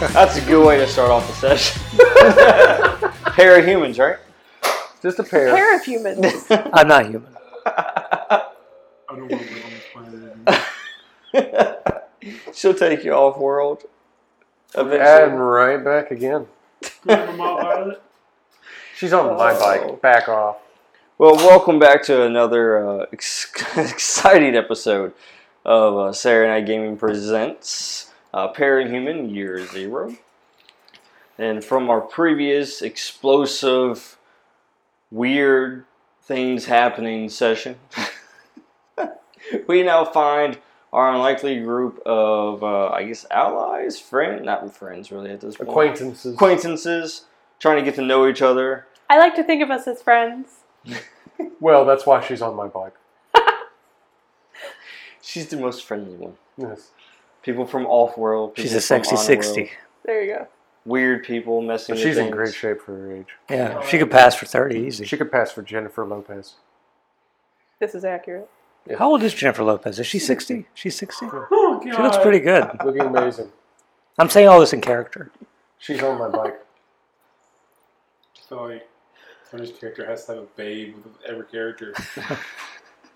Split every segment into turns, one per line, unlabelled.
That's a good way to start off the session. Pair of humans, right?
Just a pair.
Pair of humans.
I'm not human.
I don't want to be on this planet anymore.
She'll take you off world.
And right back again.
Grab a mile violet.
She's on my
Oh.
bike. Back off.
Well, welcome back to another uh, ex- exciting episode of uh, Saturday Night Gaming Presents uh, Pair and Human Year Zero. And from our previous explosive, weird things happening session, we now find our unlikely group of, uh, I guess, allies, friends, not friends really at this point,
Acquaintances.
acquaintances, trying to get to know each other.
I like to think of us as friends.
Well, that's why she's on my bike.
She's the most friendly one.
Yes.
people from off world.
She's a sexy 60.
There you go.
Weird people messing.
But
with
she's in
things.
great shape for her age.
Yeah, she could pass for 30 easy.
She could pass for Jennifer Lopez.
This is accurate.
How old is Jennifer Lopez? Is she 60? She's 60?
Oh, God.
She looks pretty good.
Looking amazing.
I'm saying all this in character.
She's on my bike.
So, like, Tony's character has to have a babe with every character.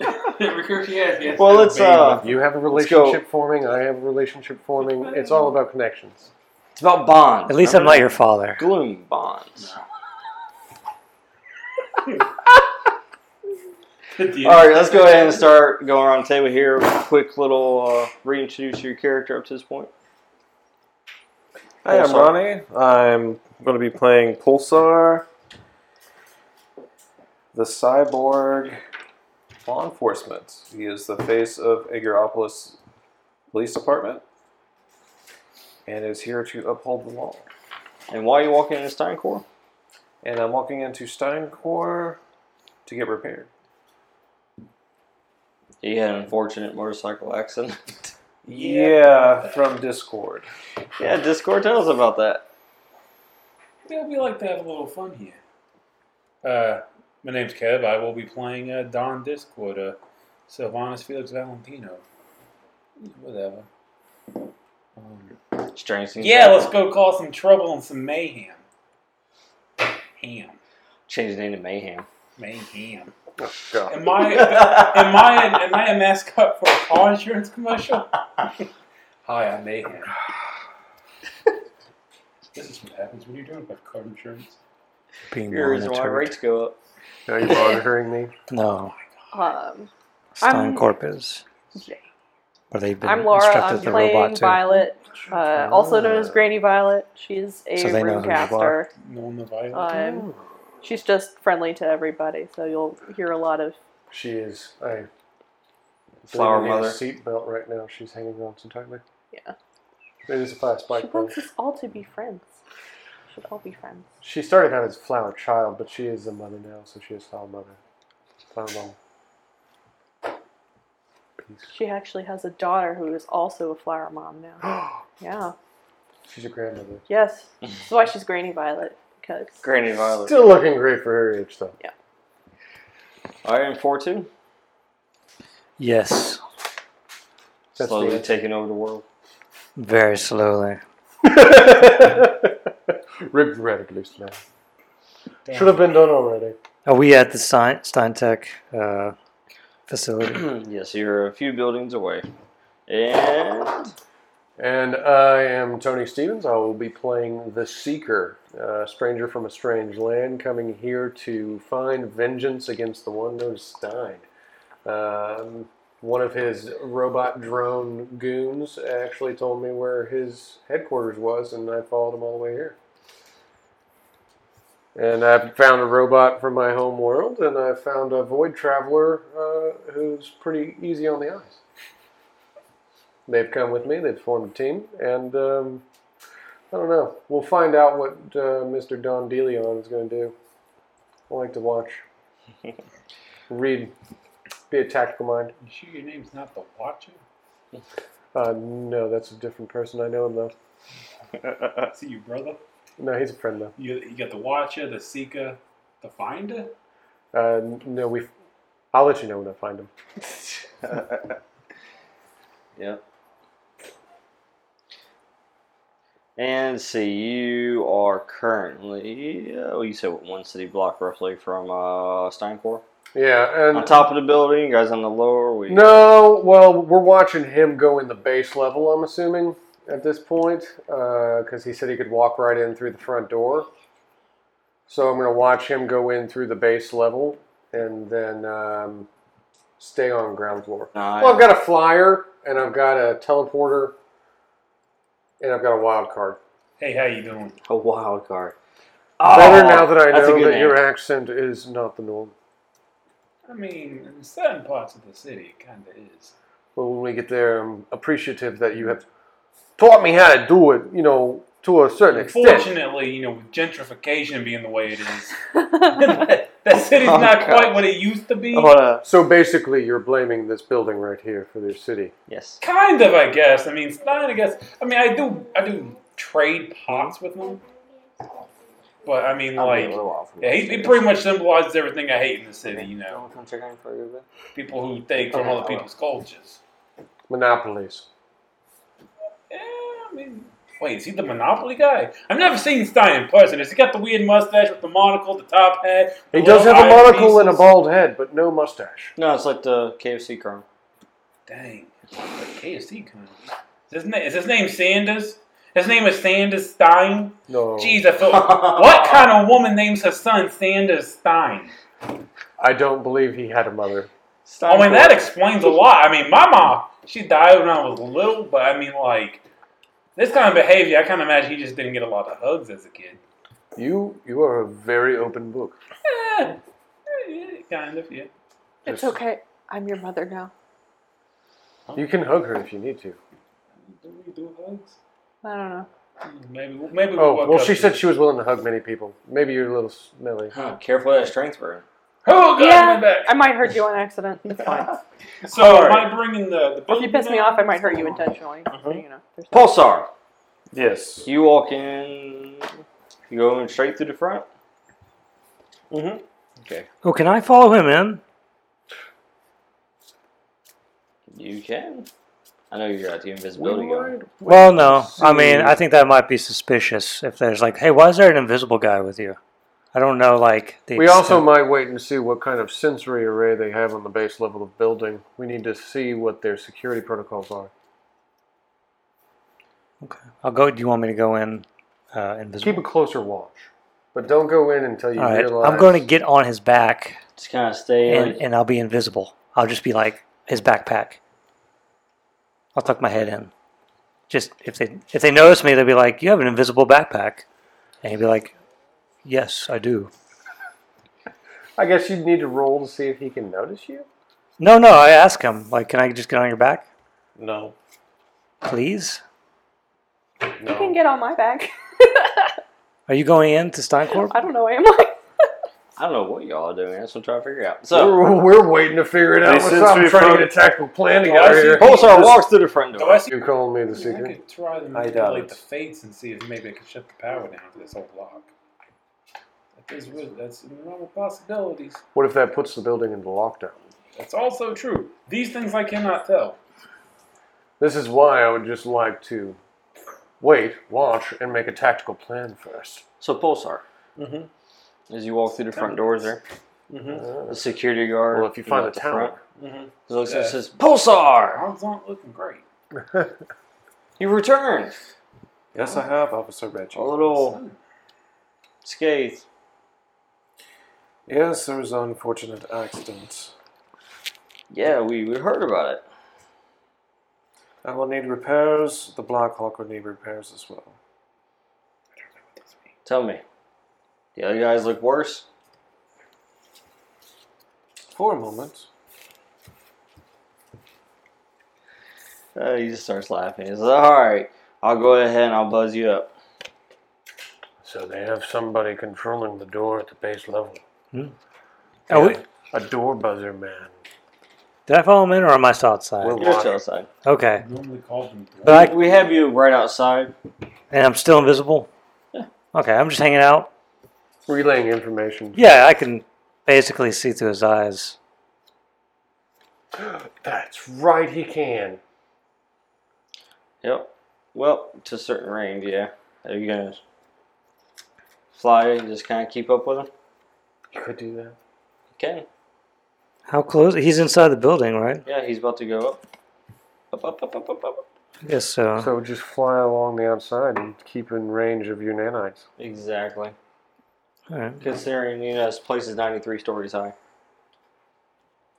every character he has, he has to
Well,
have a
let's,
babe
uh,
You have a
go.
relationship forming. I have a relationship forming. It's all about connections.
It's about bonds.
At least I'm not your father.
gloom bonds.
with-
All right, let's go ahead and start going around the table here. Quick little uh, reintroduce your character up to this point.
Hi, I'm
Pulsar.
Ronnie. I'm going to be playing Pulsar, the cyborg law enforcement. He is the face of Ageropolis Police Department and is here to uphold the law.
And why are you walking into Steincore?
And I'm walking into Steincore to get repaired.
He had an unfortunate motorcycle accident.
Yeah, from Discord.
yeah, Discord tell us about that.
Yeah, we like to have a little fun here. Uh, my name's Kev. I will be playing uh, Don Discord, uh, Sylvanas Felix Valentino. Whatever. Um,
Strange things.
yeah,
happen.
let's go cause some trouble and some mayhem. Ham.
change the name to Mayhem.
Mayhem.
God.
Am I am I an, am I a mascot for a car insurance commercial? Hi, I'm Mayhem. this is what happens when you're doing about car insurance.
Being
Your reason why
monitored.
rates go up.
Are you monitoring me?
No,
Um, I'm-
Stone Corp is.
Yeah.
Or they've been
I'm Laura.
instructed
I'm
the robot
playing
to.
Violet, uh, also known as Granny Violet. She's a
So they know who you
roomcaster.
are.
No on the violent.
Um, she's just friendly to everybody, so you'll hear a lot of.
She is. I
Flower
really need
mother.
A seatbelt right now. She's hanging on so tightly.
Yeah.
It is a fast
she
bike though.
wants us all to be friends. We should all be friends.
She started out as flower child, but she is a mother now, so she is flower mother. Flower mom. Peace.
She actually has a daughter who is also a flower mom now. Yeah.
She's a grandmother.
Yes. That's why she's Granny Violet. Because
Granny Violet.
Still looking great for her age though.
All right, and four two.
Yes,
That's
Slowly
the-
taking over the world.
very slowly.
Regrettably slow. Should have been done already.
Are we at the Stein, Steintech uh, facility?
yes, you're a few buildings away. And
And I am Tony Stevens. I will be playing The Seeker, a stranger from a strange land, coming here to find vengeance against the one nosed Stein. Um, one of his robot drone goons actually told me where his headquarters was, and I followed him all the way here. And I found a robot from my home world, and I found a void traveler uh, who's pretty easy on the eyes. They've come with me. They've formed a team, and um, I don't know. We'll find out what uh, Mr. Don DeLeon is going to do. I like to watch, read, be a tactical mind.
You sure your name's not the Watcher?
Uh, no, that's a different person. I know him though.
I see you, brother.
No, he's a friend though.
You, you got the Watcher, the Seeker, the Finder.
Uh, no, we. I'll let you know when I find him.
yeah. And see, you are currently, uh, well, you said what, one city block roughly from uh, Steincore?
Yeah, and
On top of the building, you guys on the lower. We,
No, well, we're watching him go in the base level, I'm assuming, at this point, because he said he could walk right in through the front door. So I'm going to watch him go in through the base level and then um, stay on ground floor.
Nah,
Well, I've got a flyer, and I've got a teleporter, and I've got a wild card.
Hey, how you doing?
a wild card.
Better
Oh,
now that I
that's a
know
good
that your
name.
accent is not the norm.
I mean, in certain parts of the city, it kind of is.
But when we get there, I'm appreciative that you have taught me how to do it, you know, to a certain extent.
Unfortunately, you know, with gentrification being the way it is, that, that city's not
Oh, God. Oh,
quite what it used to be.
I wanna-
So basically, you're blaming this building right here for their city.
yes.
Kind of, I guess. I mean, Stein, I guess. I mean, I do, I do trade pots with him, but I mean,
I'll be a
like,
little off.
yeah, he, he pretty much symbolizes everything I hate in the city. You know,
Come check on for a bit.
people who take from other people's cultures.
Monopolies.
Yeah, I mean, wait, is he the Monopoly guy? I've never seen Stein in person. Has he got the weird mustache with the monocle, the top hat?
He
the
does
little
have a
iron
monocle and a
pieces?
bald head, but no mustache.
No, it's like the KFC crown.
Dang, KFC kind. Is his, na- is his name Sanders? His name is Sanders Stein.
No.
Jeez, I feel. what kind of woman names her son Sanders Stein?
I don't believe he had a mother. Oh,
I mean, that explains a lot. I mean, my mom, she died when I was little, but I mean, like, this kind of behavior, I kind of imagine he just didn't get a lot of hugs as a kid.
You you are a very open book.
Eh, eh, kind of, yeah.
It's okay. I'm your mother now.
You can hug her if you need to.
Do we do hugs? Hmm,
I don't know.
Maybe, maybe. we'll
Oh
work
well,
up
she
to
said
it.
she was willing to hug many people. Maybe you're a little smelly.
Huh, careful of that strength burn.
Oh God,
Yeah.
my back.
I might hurt you on accident. It's fine.
So
Alright.
am I bringing the the?
If you
building
piss me
down?
off, I might hurt you intentionally. So, you know, there's that.
Pulsar.
Yes.
You walk in. You go in straight through the front.
Mm-hmm.
Oh, can I follow him in?
You can. I know you got the invisibility
We
going.
might
Well, no. I
see.
mean, I think that might be suspicious if there's like, hey, why is there an invisible guy with you? I don't know, like the.
We also
extent-
might wait and see what kind of sensory array they have on the base level of building. We need to see what their security protocols are.
I'll go. Do you want me to go in uh, invisible?
Keep a closer watch, but don't go in until you
All right.
realize.
I'm going to get on his back
Just kind of stay.
and,
like-
and I'll be invisible. I'll just be like his backpack. I'll tuck my head in. Just if they if they notice me, they'll be like, "You have an invisible backpack," and he'd be like, "Yes, I do."
I guess you'd need to roll to see if he can notice you.
No, no. I ask him like, "Can I just get on your back,
No.
please?"
You can
No.
get on my back.
Are you going in to Steincorp?
I don't know. Am I?
I don't know what y'all are doing. That's what I'm trying to figure out.
So
So,
we're, we're waiting to figure it
They
out. What's
sense
up? I'm
we've
trying to
pro-
get a tactical plan
Do Oh, I
together
see
here.
people-
Pulsar walks through the front
Do I
door.
see?
You're calling me the
I
secret.
could try to
I doubt
manipulate
it.
the fates and see if maybe I could shut the power down to this whole block. That is, real- that's in the realm of possibilities.
What if that puts the building into lockdown?
That's also true. These things I cannot tell.
This is why I would just like to wait, watch, and make a tactical plan first.
So, Pulsar.
Mm-hmm,
As you walk through the front door there, the security guard.
Well, if you find
know,
a
at the front,
tower,
he looks up
Yeah.
and says, Pulsar!
Odds aren't looking great.
You returned.
Yes, I have, Officer Reggie.
A little scathed.
Yes, there was an unfortunate accident.
Yeah, we, we heard about it.
I will need repairs. The Black Hawk will need repairs as well.
Tell me. The other guys look worse?
For a moment.
Uh, he just starts laughing. He says, Alright, I'll go ahead and I'll buzz you up.
So they have somebody controlling the door at the base level.
Are we-
A door buzzer man.
did I follow him in, or am I still outside?
We're
You're
watching.
still outside.
okay,
Normally called them.
but I,
We have you right outside.
and I'm still invisible. Okay, I'm just hanging out.
Relaying information.
Yeah, I can basically see through his eyes.
That's right, he can.
Yep. Well, to a certain range, yeah. Are you gonna fly and just kind of keep up with him?
You could do that.
Okay.
How close? He's inside the building, right?
Yeah, he's about to go up. Up, up, up, up, up, up.
I guess so.
So just fly along the outside and keep in range of your nanites.
Exactly.
All right.
Considering you know this place is 93 stories high.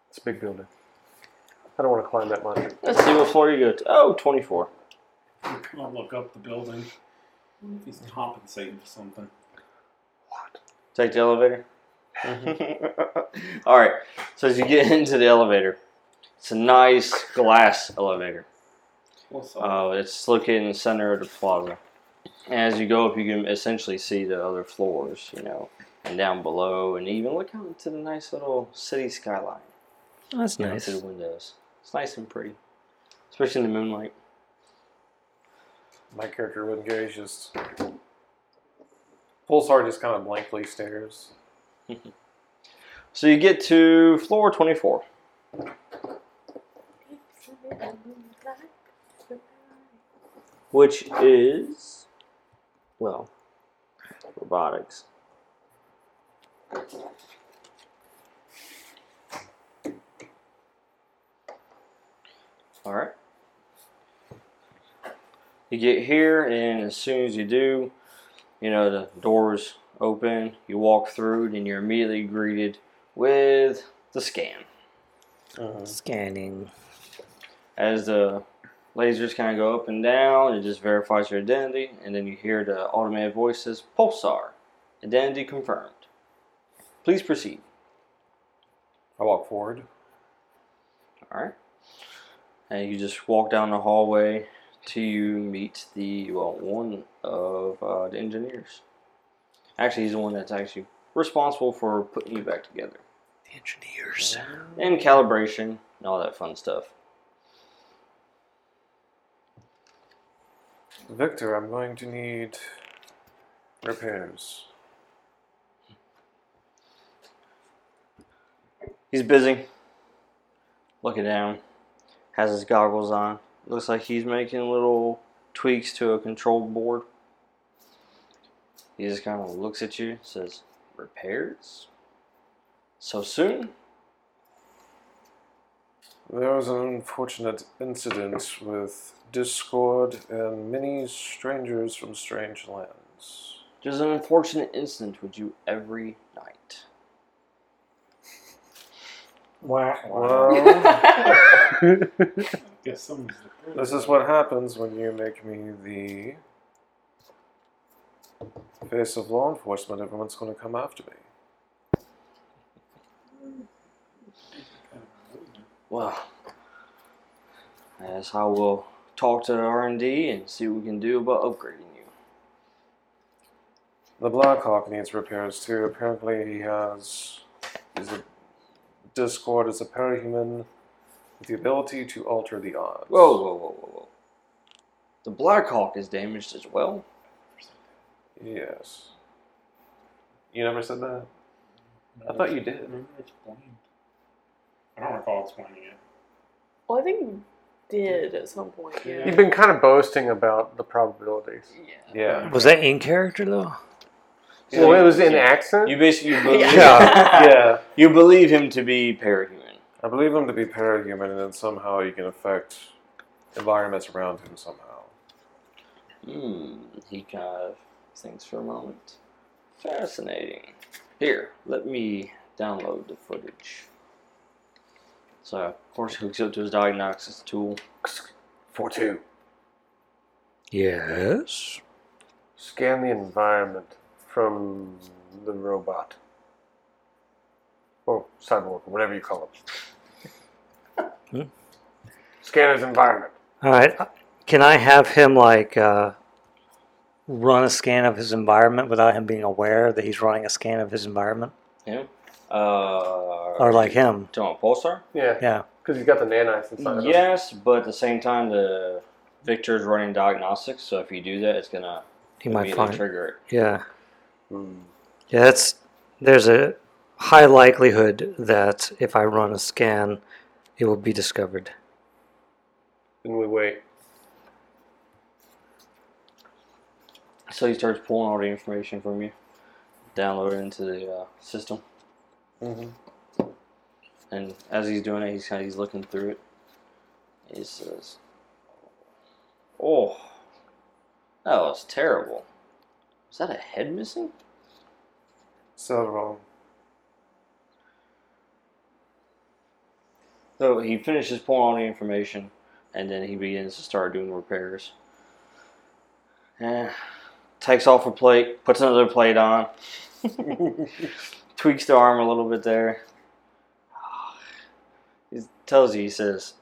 It's a big building. I don't want to climb that much.
Let's see what floor you go to. Oh, 24.
Uh,
I'll look up the building. I wonder if he's compensating for something.
Take the elevator. All right. So as you get into the elevator, it's a nice glass elevator.
What's up?
Uh, it's located in the center of the plaza. And as you go up, you can essentially see the other floors, you know, and down below, and even look out into the nice little city skyline.
That's
you know,
nice.
through the windows. It's nice and pretty, especially in the moonlight.
My character wouldn't go. He's just Pulsar just kind of blankly stares.
So you get to floor 24. Which is, well, robotics. All right. You get here, and as soon as you do, you know, the doors open, you walk through, and you're immediately greeted with the scan.
Scanning.
As the lasers kind of go up and down, it just verifies your identity, and then you hear the automated voice says, Pulsar, identity confirmed. Please proceed.
I walk forward.
All right. And you just walk down the hallway till you meet the well, one of uh, the engineers. Actually, he's the one that's actually responsible for putting you back together
Engineers.
and calibration and all that fun stuff.
Victor, I'm going to need repairs.
He's busy. Looking down. Has his goggles on. Looks like he's making little tweaks to a control board. He just kind of looks at you, says, Repairs? So soon?
There was an unfortunate incident with discord and many strangers from strange lands.
There's an unfortunate incident with you every night.
Well,
guess someone's the
this is what happens when you make me the face of law enforcement. Everyone's going to come after me.
Well, I guess I will talk to R&D and see what we can do about upgrading you.
The Blackhawk needs repairs too. Apparently, he has. Is a, Discord is a parahuman with the ability to alter the odds.
Whoa, whoa, whoa, whoa, whoa. The Black Hawk is damaged as well.
Yes. You never said that? I thought you did.
Remember explained. I don't recall explaining it.
Well, I think you did at some point. Yeah.
You've been kind of boasting about the probabilities.
yeah.
Yeah.
Was that in character though?
Well, it was in
Yeah.
accent.
You basically believe,
Yeah. yeah.
you believe him to be parahuman.
I believe him to be parahuman, and then somehow he can affect environments around him somehow.
Hmm. He kind of thinks for a moment. Fascinating. Here, let me download the footage. So, of course, he hooks up to his diagnostics tool.
Four two.
Yes.
Scan the environment from the robot. Or cyborg, whatever you call
Hmm.
it. Scan his environment.
All right. Uh, Can I have him like uh, run a scan of his environment without him being aware that he's running a scan of his environment,
Him? Uh.
or like him?
Do you want Pulsar?
Yeah,
Yeah.
because he's got the nanites inside of him.
Yes, but at the same time, the Victor's running diagnostics, so if you do that, it's gonna
He might
immediately
find.
trigger it.
Yeah.
Hmm.
Yeah. That's there's a high likelihood that if I run a scan, it will be discovered.
Then we wait.
So he starts pulling all the information from you, download it into the uh, system.
Mhm.
And as he's doing it, he's kind of, he's looking through it. He says, "Oh, that was terrible. Is that a head missing?
Several.
So he finishes pulling all the information, and then he begins to start doing repairs. Eh, takes off a plate, puts another plate on, tweaks the arm a little bit there. He tells you, he says,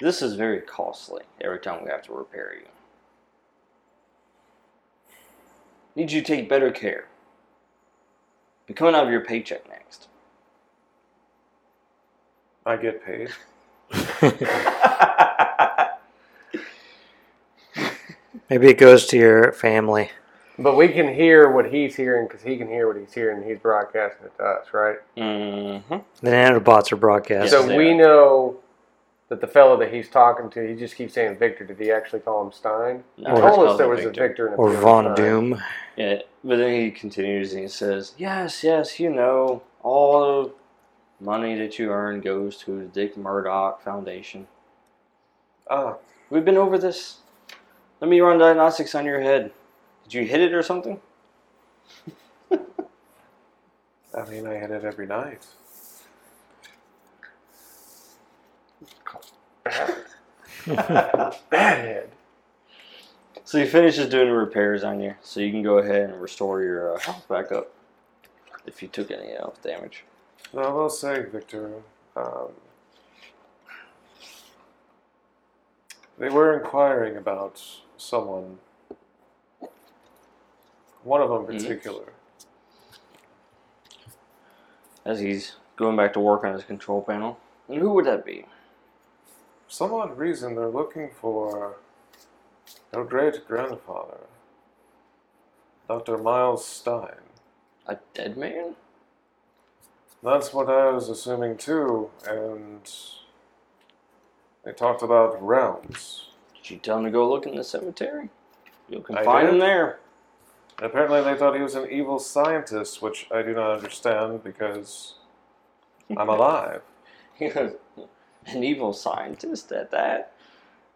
"This is very costly. Every time we have to repair you, need you to take better care. Be coming out of your paycheck next."
I get paid.
Maybe it goes to your family.
But we can hear what he's hearing because he can hear what he's hearing. He's broadcasting it to us, right?
Mm-hmm.
The nanobots are broadcast.
Yes,
so
they
we
are.
know that the fellow that he's talking to, he just keeps saying Victor. Did he actually call him Stein?
No,
he
it's
told us
called
there
the
was
Victor.
a Victor and a
or
Peter
Von
Stein.
Doom.
Yeah, but then he continues and he says, "Yes, yes, you know, all the money that you earn goes to the Dick Murdoch Foundation.
Ah,
We've been over this. Let me run diagnostics on your head. Did you hit it or something?
I mean, I hit it every night.
Badhead.
So he finishes doing the repairs on you, so you can go ahead and restore your uh, health back up if you took any health damage.
Now, I will say, Victor, um, they were inquiring about someone, one of them in
Mhm.
particular.
As he's going back to work on his control panel, and who would that be?
For some odd reason, they're looking for their great grandfather, Dr. Miles Stein.
A dead man?
That's what I was assuming too, and they talked about realms.
Did you tell him to go look in the cemetery? You can
I
find him
did.
there."
Apparently, they thought he was an evil scientist, which I do not understand because I'm alive.
He goes, an evil scientist at that.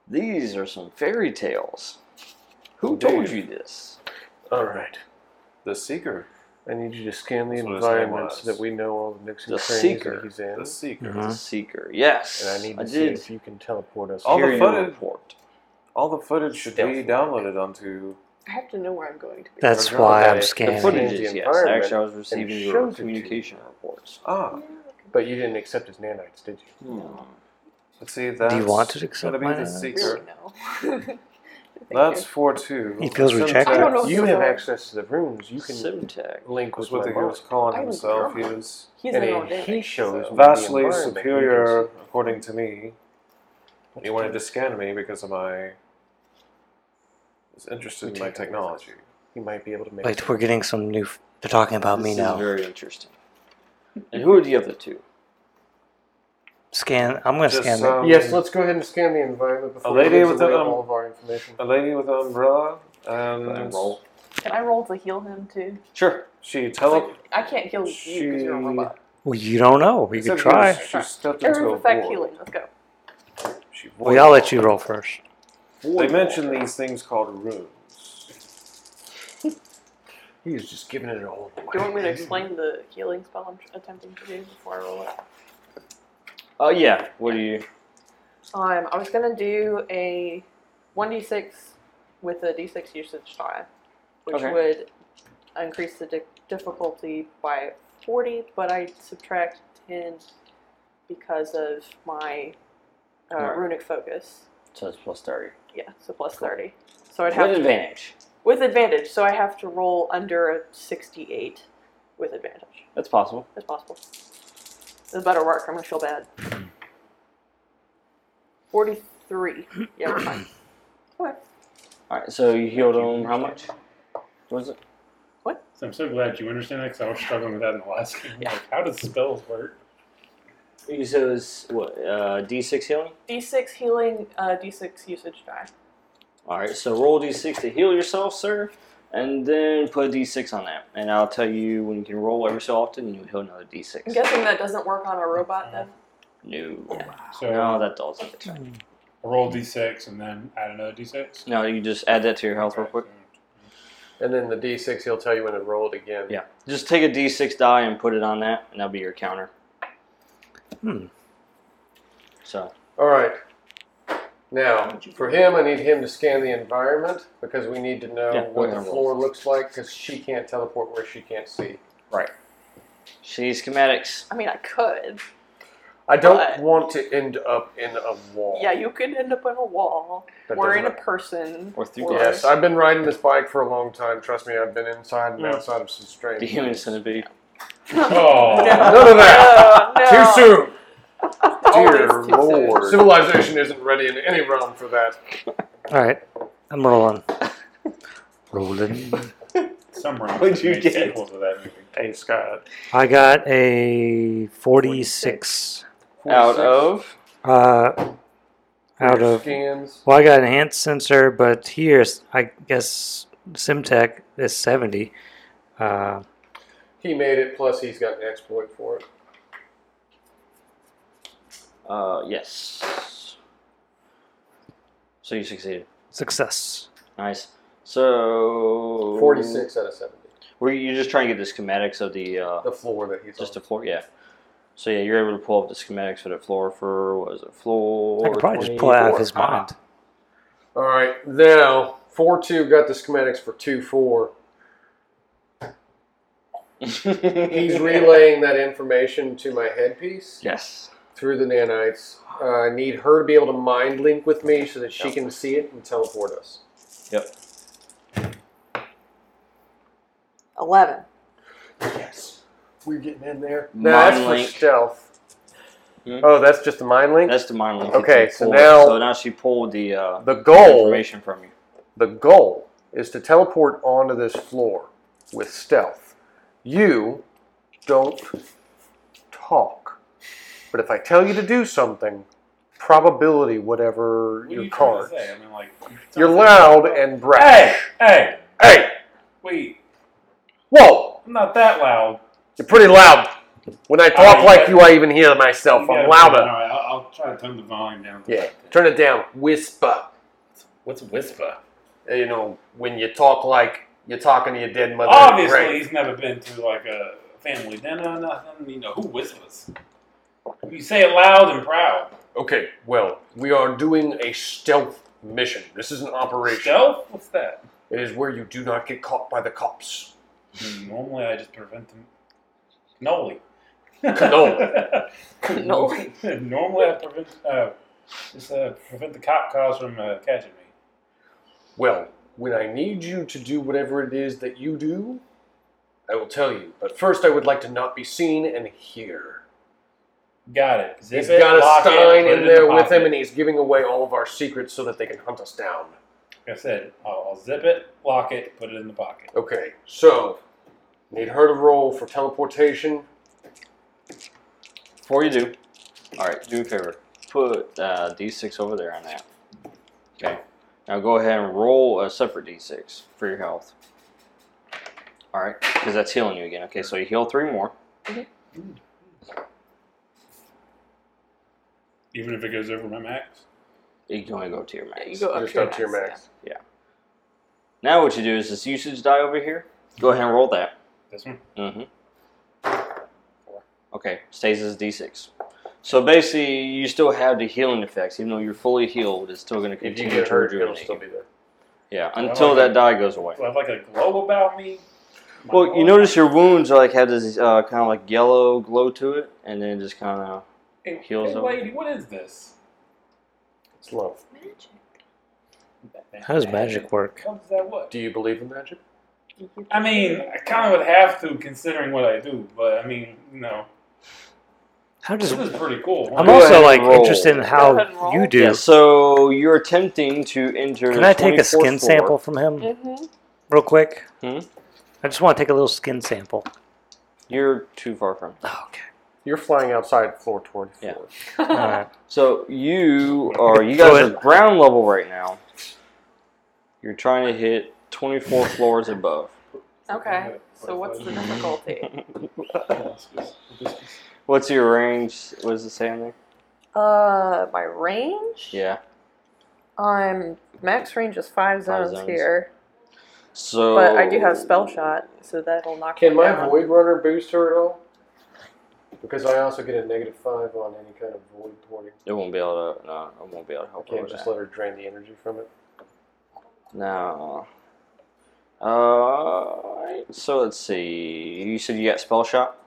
These are some fairy tales. Who told
Indeed.
you this?
All right.
The Seeker.
I need you to scan the
That's what his name
environment
was.
so that we know all the nooks and
The
crannies
Seeker.
that he's in.
The Seeker.
The
Mhm.
seeker. Yes,
and I need to see
did
if you can teleport us.
All
hear
the
your
footage-
report.
All the footage should be
Stealth.
downloaded onto.
I have to know where I'm going to be.
That's
Or
why
that
I'm
is-
The
Yeah.
scanning.
footage
Change the
is yes.
environment
Actually, I was receiving
and
your
shows it to you.
communication reports. Hmm.
Ah,
But you didn't accept his nanites, did you?
let's see. That's
want to accept
gonna be
my
the
notes?
Seeker.
Really no. Thank
That's
you.
four two.
He feels rejected.
I don't know if
You
it's
have
all-
access to the rooms. You can
Simtech.
link
That's
with
what
my
the hero
boss.
was calling
I was
himself. He
drunk.
was
He's
And
an
he-
organic,
he shows
so-
me-
vastly
environment, you can
superior,
see.
according to me. He wanted to scan me because of my. Was interested in my technology.
You might be able to make.
Wait, we're getting some new. F- they're talking about
This
me
is
now.
very interesting. And who are the other two?
scan. I'm going to
Just,
scan.
uh,
um,
yes, let's go ahead and scan the environment before
lady
we give
with
away
an, um,
all of our information.
A lady with an umbrella, and,
Go ahead and roll.
Can I roll to heal him too?
Sure.
she tele.
Like, I can't heal you because you're a
She-
robot.
well, you don't know. You could
Except
try.
She, she stepped into
Or
a
is that
void.
healing? Let's go.
She void.
Well, I'll let you roll first.
They mentioned these things called runes.
He was just giving it all away.
Do you want me to explain the healing spell I'm tr- attempting to do before I roll it?
Oh yeah. What do you?
Um, I was gonna do a 1d6 with a d6 usage die, which
Okay.
would increase the di- difficulty by 40, but I subtract 10 because of my uh,
Right.
runic focus.
So it's plus thirty.
Yeah, so plus 30. So I'd have
With
to,
advantage.
with advantage. So I have to roll under a 68 with advantage.
That's possible.
It's possible. This better work. I'm gonna feel bad. Forty-three. Yeah, we're fine. Okay.
All right. So you healed him. How much? What was it?
So I'm so glad you understand that because I was struggling with that in the last game.
Yeah.
Like, how does spells work?
You said it was what? Uh, D six healing.
D6 healing, uh, D6 usage die.
All right, so roll d6 to heal yourself, sir, and then put a d6 on that. And I'll tell you when you can roll every so often, and you'll heal another d6.
I'm guessing that doesn't work on a robot then.
No,
So
no, that doesn't.
I roll d6 and then add another d6.
No, you just add that to your health real quick.
And then the D6, he'll tell you when to roll it again.
Yeah, just take a d6 die and put it on that, and that'll be your counter.
Hmm.
So
All right. Now, for him, I need him to scan the environment because we need to know
Yeah,
what
we're
the
gonna
floor looks like because she can't teleport where she can't see.
she needs schematics.
I mean, I could.
I don't
But-
want to end up in a wall.
Yeah, you could end up in a wall
That
or in
doesn't-
a person.
Or through
or-
glass.
Yes, I've been riding this bike for a long time. Trust me, I've been inside and
Mm.
outside of some strange.
The human centipede.
Oh,
None of that.
No, no.
Too soon.
Always
Dear
too soon.
Lord.
Civilization isn't ready in any realm for that.
All right, I'm rolling. rolling.
some rounds.
What'd you
made
get?
sequels to that movie.
Hey, Scott.
I got a 46
Out of
uh, out of.
scans.
Well, I got enhanced sensor, but here I guess Simtech is 70. Uh,
He made it. Plus, he's got an exploit for it.
uh, yes. So you succeeded.
success.
Nice. So
Forty-six out of seventy.
Were you just trying to get the schematics of the uh,
The floor that he's
just
on.
the floor? Yeah. So yeah, you're able to pull up the schematics for the floor for what is it? Floor.
I could probably just pull it out of
24.
his mind.
All right, now four two got the schematics for two four. He's relaying that information to my headpiece.
yes.
through the nanites. Uh, I need her to be able to mind link with me so that she can see it and teleport us.
Yep.
Eleven.
Yes. We're getting in there.
Mind
No, that's
link.
for stealth.
Hmm?
Oh, that's just the mind link?
That's the mind link.
Okay,
It's
so
pulled.
now-
so now she pulled the uh,
the goal
information from you.
the goal is to teleport onto this floor with stealth. You don't talk. But if I tell you to do something, probability whatever
What are
your
you trying to
cards.
say? I mean, like
You're loud and
Hey,
brash.
hey,
Hey!
wait!
Whoa!
I'm not that loud.
You're pretty loud. When I talk
Alright,
like
but-
you, I even hear myself.
You
Oh, I'm
gotta- All
louder.
right, I'll, I'll try to turn the volume down.
Yeah, turn it down. Whisper. Uh,
What's whisper?
You know, when you talk like you're talking to your dead mother. in the
Obviously,
grave.
he's never been to like a family dinner or nothing. You know who whispers? You say it loud and proud.
Okay, well, we are doing a stealth mission. This is an operation.
Stealth? What's that?
It is where you do not get caught by the cops.
Mm, Normally, I just prevent them. Cannoli.
Cannoli.
Cannoli.
Normally, I prevent uh, just uh, prevent the cop cars from uh, catching me.
Well, when I need you to do whatever it is that you do, I will tell you. But first, I would like to not be seen and hear.
Got it. Zip
He's
it,
got a
lock it,
Stein
put it
in there with
pocket.
him, and he's giving away all of our secrets so that they can hunt us down.
Like I said, I'll, I'll zip it, lock it, put it in the pocket.
Okay, so need her to roll for teleportation.
Before you do, all right, do me a favor. Put uh, d6 over there on that. Okay. Now go ahead and roll a separate d6 for your health. All right, because that's healing you again. Okay, so you heal three more.
Even if it goes over my max.
You can only go to your max.
You go up
Just
to your
up to your max.
Now what you do is this usage die over here. Go ahead and roll that.
This one.
Mm-hmm. Okay, stays as d6. So basically, you still have the healing effects, even though you're fully healed. It's still going to
If you
continue
get
to
hurt, it'll
rejuvenate.
still
you.
be there.
Yeah,
like
until
it.
that die goes away.
Do I have like a glow about me? My
Well, you
glow?
notice your wounds are like had this uh, kind of like yellow glow to it, and then just kind of
Hey,
heals
hey,
up.
lady, what is this?
It's love.
Magic.
How does magic work?
How does that work?
Do you believe in magic?
I mean, I kind of would have to considering what I do, but I mean, you know,
How
this
does
is pretty cool.
I'm
Go
also
ahead
like
and roll.
interested
Go
in
ahead and
how
roll.
you do.
yeah. So you're attempting to enter.
Can
the
I take a
24th
skin
floor.
sample from him
Mm-hmm.
real quick?
Hmm?
I just want to take a little skin sample.
You're too far from. it.
Oh, okay.
You're flying outside floor 24.
Yeah.
All right.
So you are you
Throw
guys
it.
are ground level right now, You're trying to hit 24 floors above.
Okay. So what's the difficulty?
What's your range? What does it say on there?
Uh, my range.
Yeah.
Um, max range is five
Five
zones,
zones. Oh.
here,
So.
but I do have spell shot, so that'll knock.
Can
me
my
down.
Void Runner boost her at all? Because I also get a negative five on any kind of void porting.
It won't be able to. No, I won't be able to
I
help her
can't
with
just
that.
let her drain the energy from it.
No. Uh, so let's see. You said you got spell shot.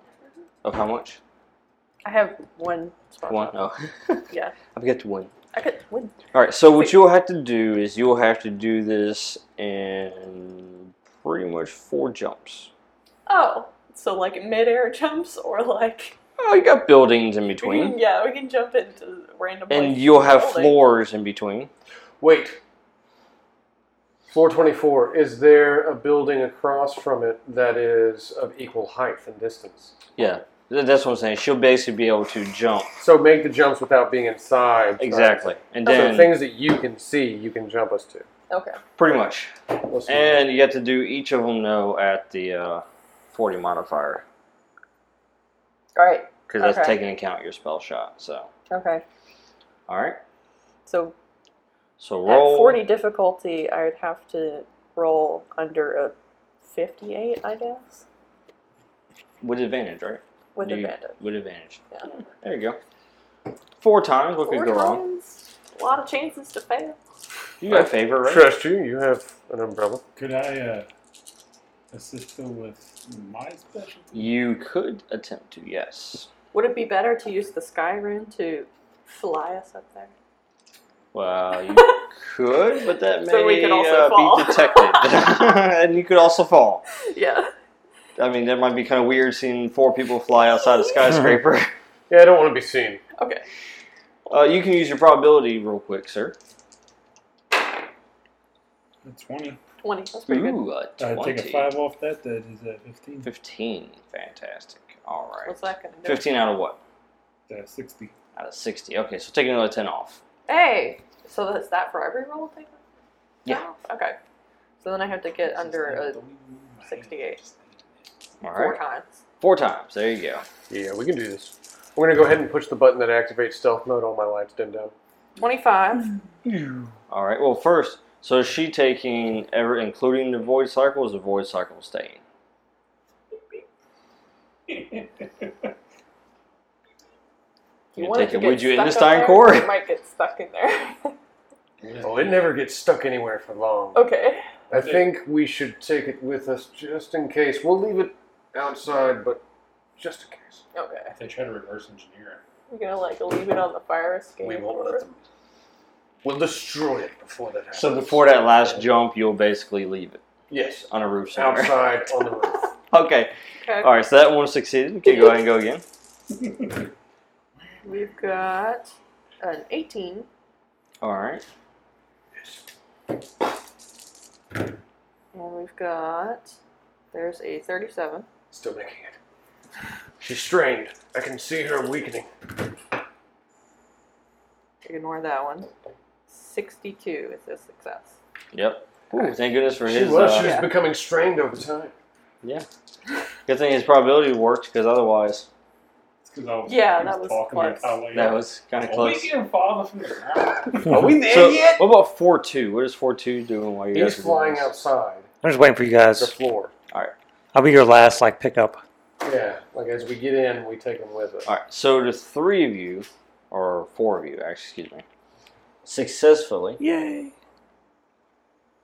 Of how much?
I have one spell
One.
shot.
Oh,
Yeah,
I've got to one.
I could win.
All right. So what you'll have to do is you'll have to do this in pretty much four jumps.
Oh, so like midair jumps or like
Oh, you got buildings in between,
yeah, we can jump into
and
random. places
you'll
in the
have
building.
floors in between.
Wait. Floor 24. Is there a building across from it that is of equal height and distance?
Yeah, th- that's what I'm saying. She'll basically be able to jump
So make the jumps without being inside.
exactly, and
So
then
things that you can see, you can jump us to.
Okay.
pretty much.
Let's see.
And you have to do each of them though at the uh, 40 modifier
All right.
because that's
Okay.
taking account your spell shot. So,
Okay.
all right.
So
So roll.
at forty difficulty, I would have to roll under a fifty-eight, I guess,
with advantage, right?
with
You-
advantage.
With advantage.
Yeah.
There you go. Four times. What
Four
could go wrong?
times, a lot of chances to fail.
You got a favor, right?
Trust you. You have an umbrella.
Could I uh, assist them with my specialty?
You could attempt to. Yes.
Would it be better to use the sky rune to fly us up there?
Well, you could, but that may
So we could also
uh,
fall.
be detected, and you could also fall.
Yeah.
I mean, that might be kind of weird seeing four people fly outside a skyscraper.
Yeah, I don't want to be seen.
Okay.
uh, you can use your probability real quick, sir.
A 20.
Twenty. That's pretty good.
Ooh, uh,
I take a
20.
5 off that. That is at 15.
15. Fantastic. All right.
What's that gonna do?
15 out of what?
Uh, 60.
Out of 60. Okay, so taking another 10 off.
Hey. So that's that for every roll taken.
Yeah.
Okay. So then I have to get under a
All
four
right.
times.
Four times. There you go.
Yeah, we can do this. I'm gonna go ahead and push the button that activates stealth mode. All my lights dimmed down.
Twenty-five.
All right. Well, first, so is she taking ever, including the void cycle, or is the void cycle staying? You
wanted
take it
to
with
get
you in the
stuck up
Stein
there,
Core?
You might get stuck in there.
Oh, it never gets stuck anywhere for long.
okay.
I think we should take it with us just in case. We'll leave it outside, but just in case.
Okay.
If they try to reverse engineer
You're gonna like leave it on the fire escape. or-
them. We'll destroy it before that happens.
So before that last jump, you'll basically leave it
Yes.
on a roof somewhere.
Outside on the roof.
okay.
Okay.
All right. So that one succeeded. Okay, go ahead and go again.
We've got an eighteen.
All right.
And we've got there's a thirty-seven.
Still making it. She's strained. I can see her weakening.
Ignore that one. Sixty-two is a success.
Yep. Ooh, thank goodness for
She
his.
was.
uh,
She was
Yeah.
becoming strained over time.
Yeah. Good thing his probability worked, because otherwise
it. I was,
Yeah,
he
that was
talking about
close.
how, like,
that was kind of
"Oh,
close.
We can follow from the ground.
Are we there
So,
yet?
what about four two? What is four two doing while you
He's
guys are doing
flying
this?
outside
I'm just waiting for you
the
guys.
floor.
I'll be your last like pickup.
Yeah. Like as we get in, we take him with us.
All right. So the three of you, or four of you, actually, excuse me, successfully
Yay!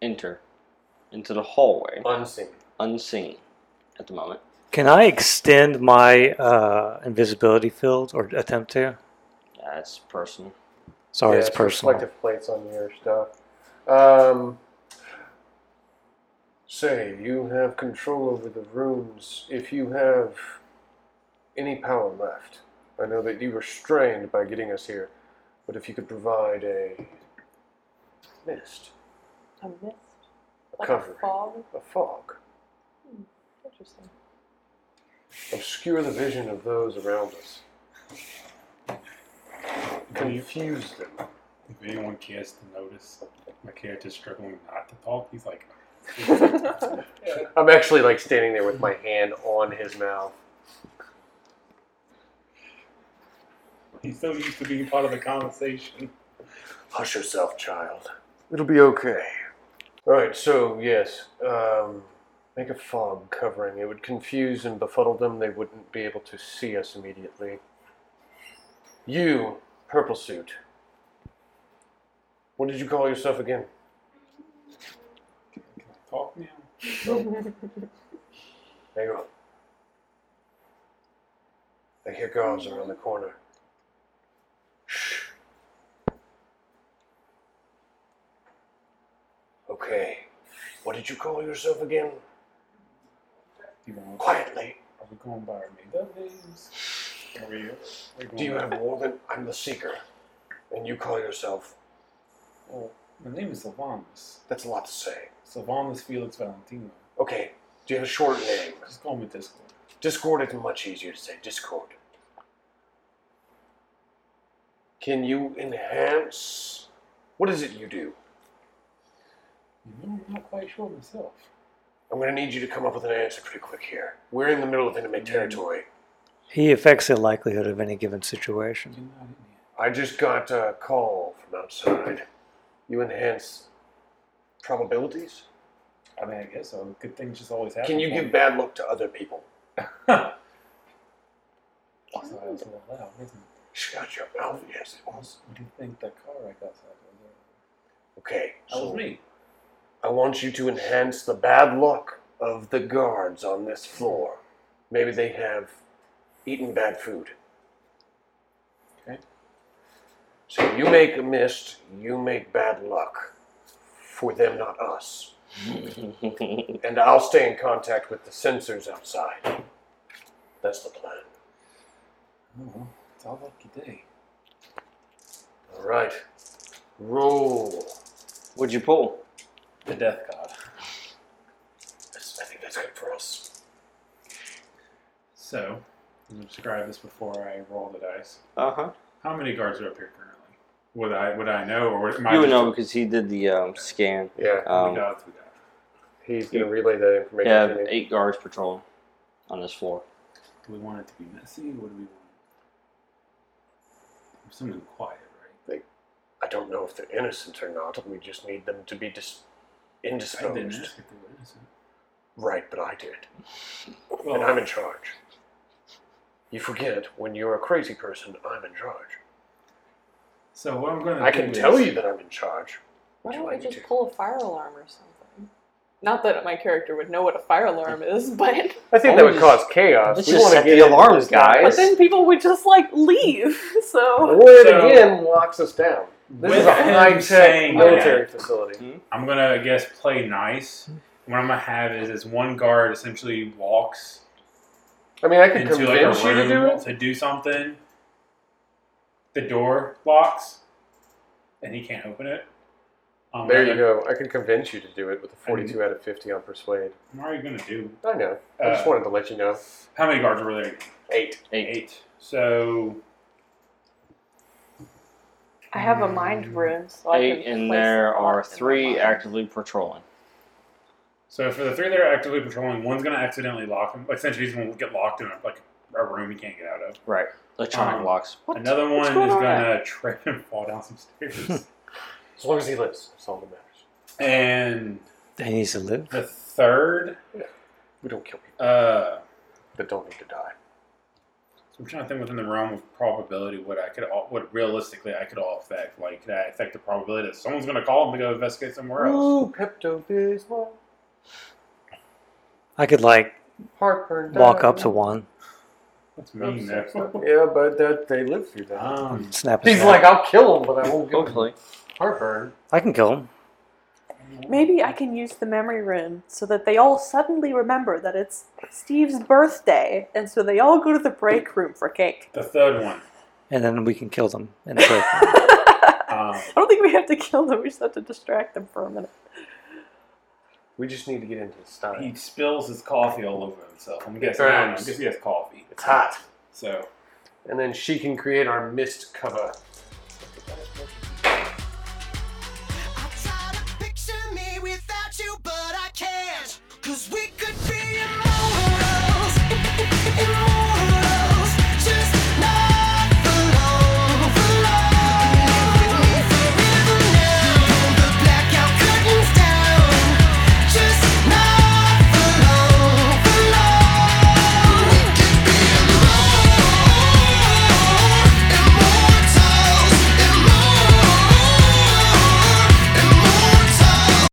enter into the hallway
Unseen.
unseen at the moment.
Can I extend my uh, invisibility field or attempt to?
That's personal.
Yeah,
Sorry, Oh, it's personal.
Reflective plates on your stuff. Um, say you have control over the rooms. If you have any power left, I know that you were strained by getting us here, but if you could provide a mist,
A mist,
a
like
cover,
a fog.
a fog,
Interesting.
obscure the vision of those around us, confuse them.
If anyone cares to notice my character's struggling not to talk, he's like,
I'm actually like standing there with my hand on his mouth.
he's so used to being part of the conversation.
Hush yourself, child. It'll be okay. All right. So yes, um, make a fog covering. It would confuse and befuddle them. They wouldn't be able to see us immediately. You, purple suit. What did you call yourself again?
Talk now.
Hang on. I hear guards around the corner. Shh. Okay. What did you call yourself again?
Do you want to
Quietly.
Are we going by our made up names? Are we, are we going
Do you
by-
have more than I'm the seeker? And you call yourself.
Well, oh, my name is Sylvanus.
That's a lot to say.
Sylvanus Felix Valentino.
Okay. Do you have a short name?
Just call me Discord.
Discord is much easier to say. Discord. Can you enhance? What is it you do?
You know, I'm not quite sure myself.
I'm going to need you to come up with an answer pretty quick here. We're in the middle of enemy
Mm-hmm.
territory.
He affects the likelihood of any given situation.
You're not in here.
I just got a call from outside. You enhance probabilities?
I mean, I guess so. Good things just always happen.
Can you give bad luck to other people?
back? Sorry, that was a little loud, wasn't it?
Shut your mouth. Yes, it was.
What do you think that car wreck outside was?
Okay.
That was
so
me.
I want you to enhance the bad luck of the guards on this floor. Maybe they have eaten bad food.
Okay.
So you make a mist, you make bad luck. For them, not us. and I'll stay in contact with the sensors outside. That's the plan.
Oh, it's all lucky day.
All right. Roll.
What'd you pull?
The death god.
That's, I think that's good for us.
So, I'm going to describe this before I roll the dice.
Uh huh.
How many guards are up here currently? Would I would I know, or am I
You would
just-
know because he did the um, scan.
Yeah,
How
Um,
many guards we got?
he's gonna relay that information
yeah,
to me.
eight guards patrolling on this floor.
Do we want it to be messy? What do we want? I'm assuming quiet, right?
I don't know if they're innocent or not. We just need them to be dis-
I didn't
indisposed.
ask if they were innocent.
Right, but I did, and I'm
Well,
in charge. You forget when you're a crazy person, I'm in charge.
so what I'm going to
I can tell you that I'm in charge.
Why
Do
don't
I
we
need
just
to-
pull a fire alarm or something? Not that my character would know what a fire alarm is, but
I think
that would cause
chaos.
Let's We just wanna set get the in- alarms, guys.
but then people would just like leave. So
Word
So-
again locks us down. This is a
With him
high tech
saying
military facility.
I'm going to, I guess, play nice. What I'm going to have is this one guard essentially walks
I mean, I could
into like a
convince you to do
room
it.
to do something. The door locks, and he can't open it. Um,
There you
I'm-
go. I can convince you to do it with a 42
42
out of 50 on persuade.
I'm already going to do.
I know. I
Uh,
just wanted to let you know.
How many guards were there?
Eight.
Eight. So
I have a mind room, so I
Eight,
can.
and
place
there
a lot
are
in my
three
mind.
actively patrolling.
So for the three that are actively patrolling, one's gonna accidentally lock him. Like essentially, he's gonna get locked in a, like a room he can't get out of.
Right. Electronic
Um,
locks. What?
Another one
What's
is
going on?
gonna trip and fall down some stairs.
As long as he lives, that's all that matters.
and
He needs to live.
the third,
We don't kill people
uh,
that don't need to die.
so I'm trying to think within the realm of probability what I could, all, what realistically I could all affect. Like, could I affect the probability that someone's gonna call him to go investigate somewhere else?
Ooh, Pepto Bismol,
I could like
heartburn.
walk
diarrhea.
up to one,
That's mean, though.
Yeah, but that they live through that.
Um,
snap his
He's
neck.
like, I'll kill him, but I won't give him
Hopefully.
heartburn.
I can kill him.
Maybe I can use the memory room so that they all suddenly remember that it's Steve's birthday, and so they all go to the break room for cake.
the third one.
and then we can kill them in the break.
Um,
I don't think we have to kill them. We just have to distract them for a minute.
We just need to get into
he
the style.
spills his coffee all over himself. I'm guessing. I don't know. I'm guessing he has coffee.
It's hot.
So
And then she can create our mist cover.